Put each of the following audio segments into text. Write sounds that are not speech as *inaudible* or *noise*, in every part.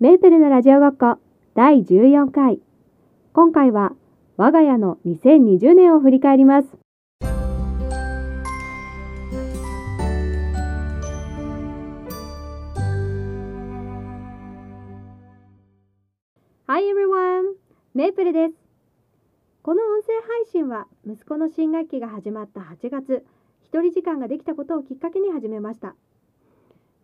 メープルのラジオごっこ第14回今回は我が家の2020年を振り返りますはい everyone メープルですこの音声配信は息子の新学期が始まった8月一人時間ができたことをきっかけに始めました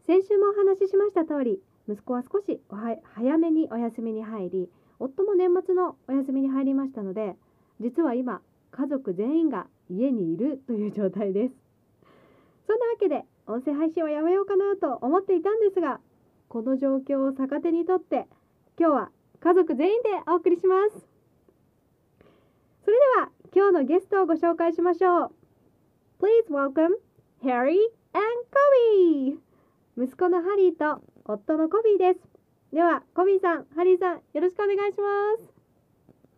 先週もお話ししました通り息子は少しおは早めにお休みに入り夫も年末のお休みに入りましたので実は今家族全員が家にいるという状態ですそんなわけで音声配信をやめようかなと思っていたんですがこの状況を逆手にとって今日は家族全員でお送りしますそれでは今日のゲストをご紹介しましょう Please welcome Harry and Kobe! 息子のハリーと夫のコビーですではコビーさんハリーさんよろしくお願いしま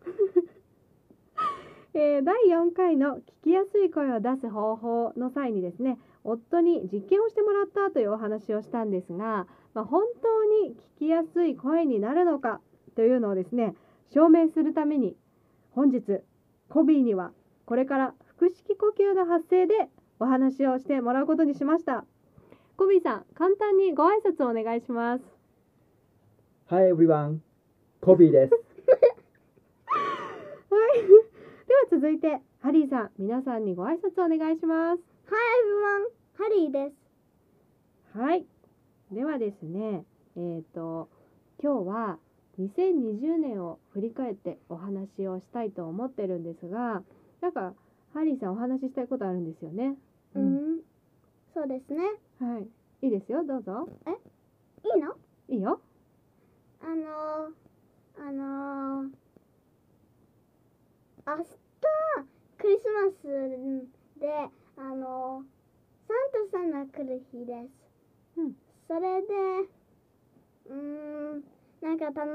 す *laughs* えー第4回の聞きやすい声を出す方法の際にですね夫に実験をしてもらったというお話をしたんですが、まあ、本当に聞きやすい声になるのかというのをですね証明するために本日コビーにはこれから腹式呼吸の発声でお話をしてもらうことにしましたコビーさん簡単にご挨拶をお願いします Hi everyone, コビーです。はい。で *laughs* は続いてハリーさん、皆さんにご挨拶お願いします。 Hi everyone, ハリーです。はい。ではですね、えっ、と今日は2020年を振り返ってお話をしたいと思ってるんですが、なんかハリーさんお話ししたいことあるんですよね。ううんん、そうですね。はい。いいですよ。どうぞ。いいの？いいよ。あのー、あのー、明日クリスマスであのー、サンタさんが来る日です。うんそれで、うーん、なんか楽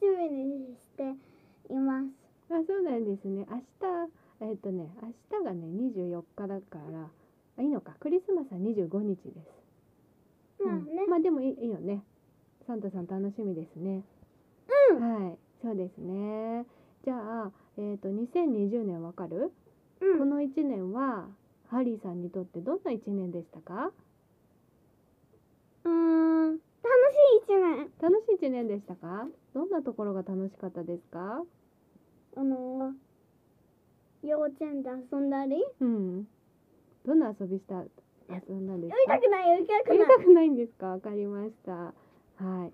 しみにしています。あ、そうなんですね。明日えっ、とね、明日がね24日だから、あいいのか。クリスマスは25日です。まあね、うんまあでもいいいいよねサンタさん楽しみですねうんはいそうですねじゃあえっ、と2020年わかる、うんこの1年はハリーさんにとってどんな1年でしたかうーん、楽しい一年。楽しい1年でしたかどんなところが楽しかったですかあのー、幼稚園で遊んだり。うんどんな遊びした遊んだんです読みかたくない読みたやくりないたくないんですかわかりましたはい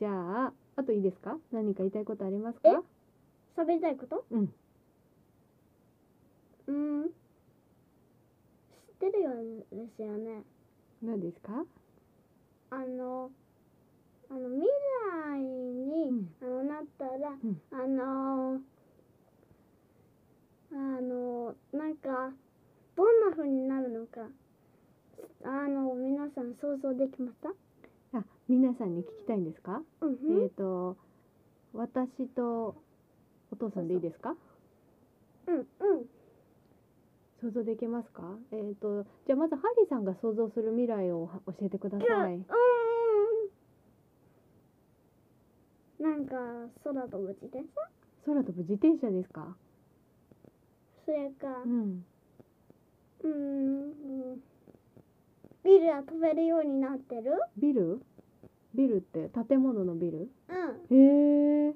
じゃああといいですか何か言いたいことありますかえ喋りたいことうんうん知ってるようですよね何ですかあのあの未来に、うんあのなったら、んあのあのなんかどんな風になるのかあの皆さん想像できましたあ皆さんに聞きたいんですかうんえっ、と私とお父さんでいいですかうんうん想像できますかえっ、とじゃあまずハリーさんが想像する未来をは教えてくださいうんなんか空飛ぶ自転車空飛ぶ自転車ですかそれか、うんうーんビルは飛べるようになってるビルビルって建物のビルうへんえ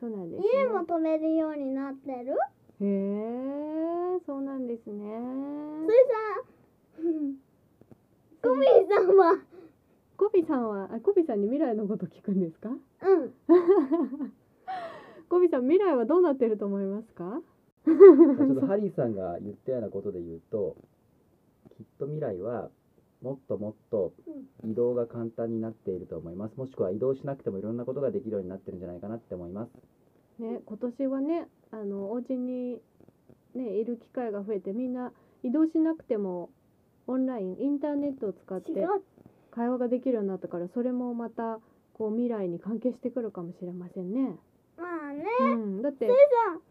そうなんですね家も飛べるようになってるへえそうなんですねそれさ *laughs* うんコミーさんはコビさんはあコビさんに未来のこと聞くんですかうんコビさん未来はどうなってると思いますかちょっとハリーさんが言ったようなことで言うと、きっと未来はもっともっと移動が簡単になっていると思います。もしくは移動しなくてもいろんなことができるようになってるんじゃないかなって思います。ね、今年はねあのお家にねいる機会が増えてみんな移動しなくてもオンラインインターネットを使っ違てう会話ができるようになったからそれもまたこう未来に関係してくるかもしれませんね。まあねうん、だって、さ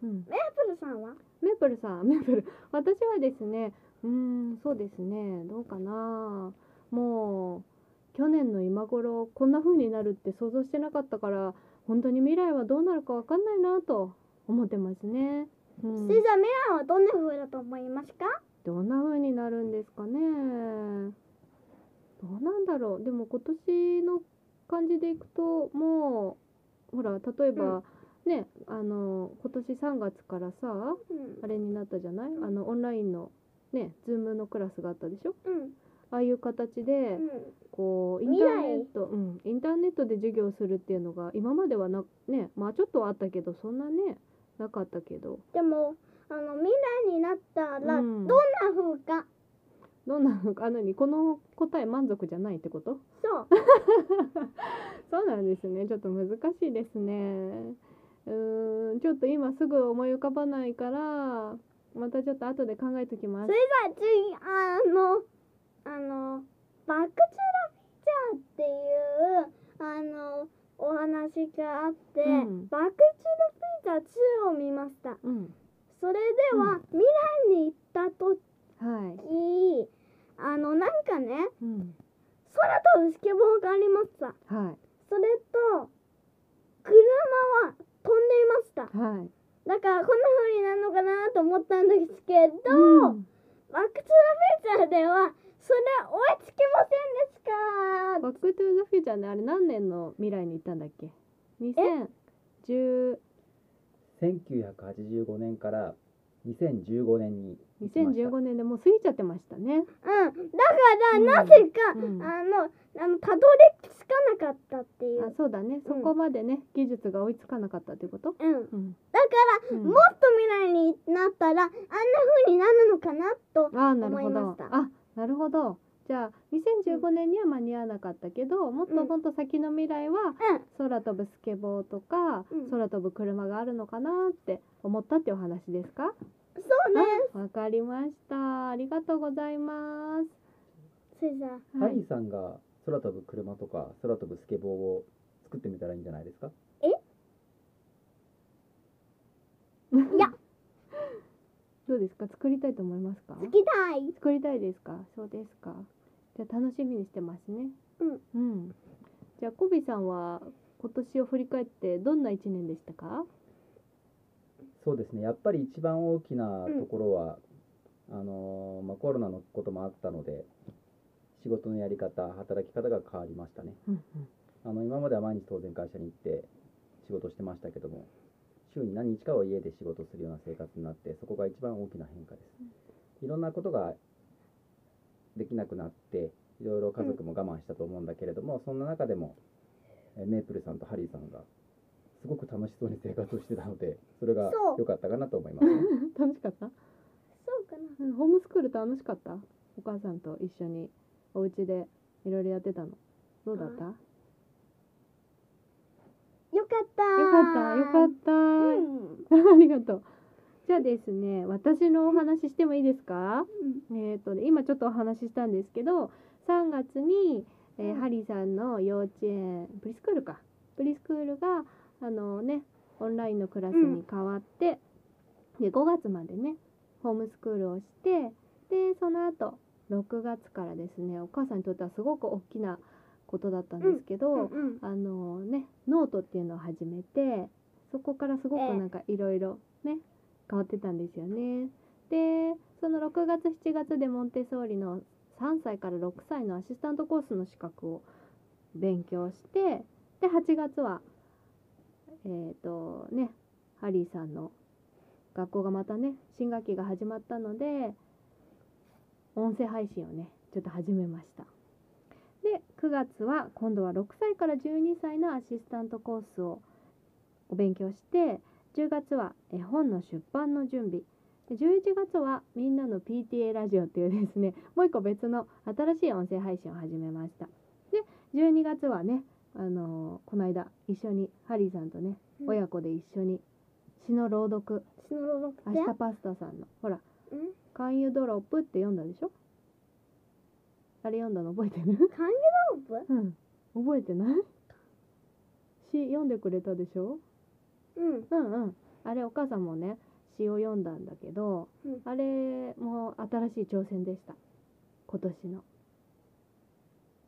うん、メープルさんはメープルさんメープル私はですねうーんそうですねどうかなもう去年の今頃こんな風になるって想像してなかったから本当に未来はどうなるかわかんないなと思ってますね。うん、先生未来はどんな風だと思いますかどんな風になるんですかね。どうなんだろう。でも今年の感じでいくともうほら例えば、ねあの今年3月からさうんあれになったじゃない、うんあのオンラインのねズームのクラスがあったでしょ。うんああいう形で、うこうイン未タ来ーネット、うん、インターネットで授業するっていうのが今まではなねまあちょっとはあったけどそんなねなかったけど、んでもあの未来になったらうどんん、な風かどんなのかあのにこの答え満足じゃないってことそうそうなんですねちょっと難しいですねうーんちょっと今すぐ思い浮かばないからまたちょっと後で考えときますそれじゃあ次あのあの「バック・トゥ・ザ・フューチャー」っていうあのお話があって、うんバック・トゥ・ザ・フューチャー2を見ましたうんそれでは、う未来に行った時はい、あのなんかねうん、空飛ぶスケボーがありましたはそれと車は飛んでいましたいはいだからこんな風になるのかなと思ったんですけど、うんワクチュラフューチャーではそれ追いつきませんでし「たバック・トゥ・ザ・フューチャー」ねあれ何年の未来に行ったんだっけ ?2010 1985年から2015年に行きました2015年でもう過ぎちゃってましたね。うんだからうんなぜか、うんあのあのたどり着かなかったっていあうそうだね、そこまでね技術が追いつかなかったということ、うんうんだから、うんもっと未来になったらあんな風になるのかなとああなるほ思いまどしたあなるほどじゃあ2015年には間に合わなかったけどもっうとんほんと先の未来はうん空飛ぶスケボーとか、うん空飛ぶ車があるのかなって思ったってお話ですかそうねあわかりましたありがとうございますそれじゃあハリーさんが空飛ぶ車とか空飛ぶスケボーを作ってみたらいいんじゃないですかいやどうですか作りたいと思いますか好きたい作りたいですかそうですかじゃあ楽しみにしてますねううん、ん、じゃあコビさんは今年を振り返ってどんな一年でしたかそうですねやっぱり一番大きなところは、あのーまあ、コロナのこともあったので仕事のやり方働き方が変わりましたねうんあの今までは毎日当然会社に行って仕事してましたけども週に何日かは家で仕事するような生活になってそこが一番大きな変化ですいろんなことができなくなっていろいろ家族も我慢したと思うんだけれども、そんな中でもえメープルさんとハリーさんがすごく楽しそうに生活をしてたのでそれがそう良かったかなと思いますね、 *laughs* 楽しかった、そうかなうん、ホームスクール楽しかったお母さんと一緒にお家でいろいろやってたのどうだったよよかったかったよかった、うん、 *laughs* ありがとうじゃあですね私のお話ししてもいいですかえーとね今ちょっとお話ししたんですけど3月に、えーうんハリーさんの幼稚園プリスクールかプリスクールがあのねオンラインのクラスに変わって、で5月までねホームスクールをしてでその後6月からですねお母さんにとってはすごく大きなことだったんですけど、うんうんあのねノートっていうのを始めてそこからすごえくえなんかいろいろね変わってたんですよね。でその6月7月でモンテソーリの3歳から6歳のアシスタントコースの資格を勉強してで8月はえっ、とねハリーさんの学校がまたね新学期が始まったので音声配信をねちょっと始めましたで9月は今度は6歳から12歳のアシスタントコースをお勉強して10月は絵本の出版の準備で11月はみんなの PTA ラジオっていうですね *laughs* もう一個別の新しい音声配信を始めましたで12月はねあのーこの間一緒にハリーさんとねうん親子で一緒に詩の朗読スノロロク明日パスタさんのほらうん「勧誘ドロップ」って読んだでしょあれ読んだの覚えてる勧誘ロープうん *laughs* 覚えてない詩読んでくれたでしょうんうんうんあれお母さんもね詩を読んだんだけど、うんあれも新しい挑戦でした今年の。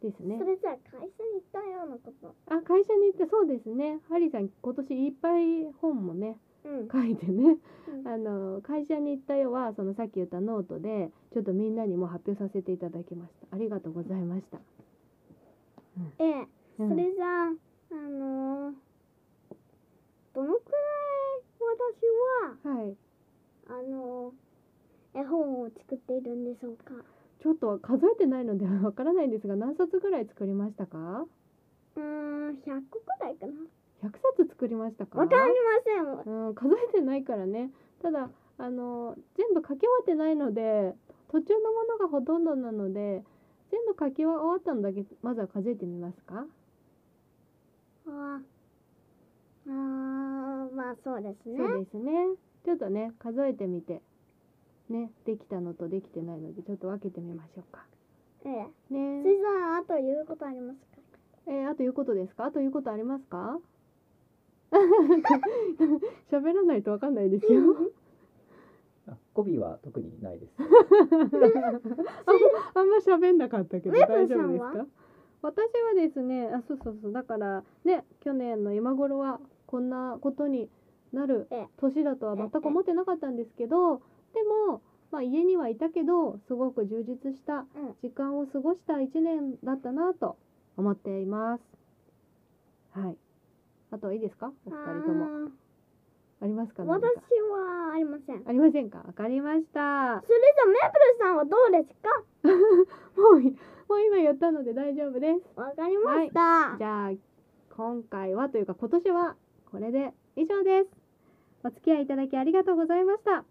ですねそれじゃあ会社に行ったようなことあ会社に行ってそうですねハリーさん今年いっぱい本もねうん書いてねうんあの会社に行ったよはそのさっき言ったノートでちょっとみんなにも発表させていただきましたありがとうございました、ええうんそれじゃああのーどのくらい私ははいあのー絵本を作っているんでしょうかちょっと数えてないのでわからないんですが何冊ぐらい作りましたかうーん100個くらいかな100冊作りましたかわかりませんわうん、数えてないからねただあの全部書き終わってないので途中のものがほとんどなので全部書き終わったのだけまずは数えてみますかああーまあそうですねそうですねちょっとね数えてみてねできたのとできてないのでちょっと分けてみましょうかええそれねじゃああと言うことありますかえーあということですかあということありますか *laughs* 喋らないと分かんないですよあ語尾は特にないです。あんま喋んなかったけどメイ大プ丈ル夫さんですはか私はですねあそうそうそうだからね去年の今頃はこんなことになるええ年だとは全く思ってなかったんですけどでも、まあ、家にはいたけどすごく充実したうん時間を過ごした1年だったなと思っています。はいあといいですかお二人ともあーありますか何私かはありませんそれじありませんかわかりま *laughs* したゃあメープルさんはどうですかもういもう今言ったので大丈夫ですわかりました、じゃあ今回はというか今年はこれで以上です。お付き合いいただきありがとうございました。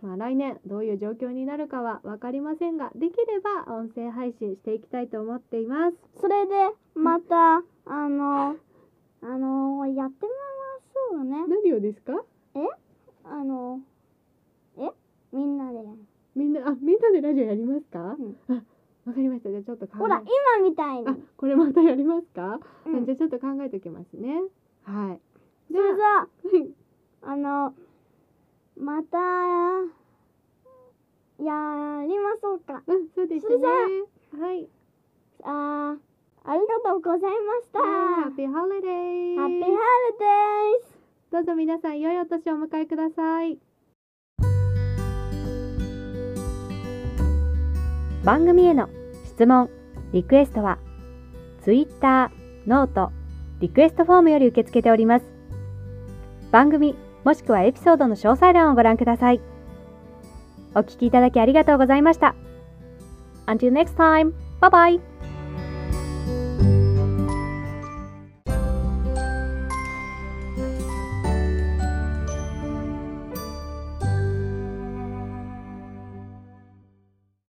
まあ、来年どういう状況になるかは分かりませんができれば音声配信していきたいと思っています。それでまたあのあのやってみましょうね何をですかあのえみんなでみんなあみんなでラジオやりますか、んあわかりましたじゃあちょっと考えほら今みたいに、あこれまたやりますか、うんじゃあちょっと考えておきますね。はい。そじれゃじゃああはいあのまたやりましょうかうんそうですそれじねゃ。はい。あーありがとうございましたハハッピーホリデー。ッピーハルデイズどうぞ皆さん良いお年をお迎えください番組への質問リクエストは Twitter ノートリクエストフォームより受け付けております番組もしくはエピソードの詳細欄をご覧くださいお聞きいただきありがとうございました Until next time bye bye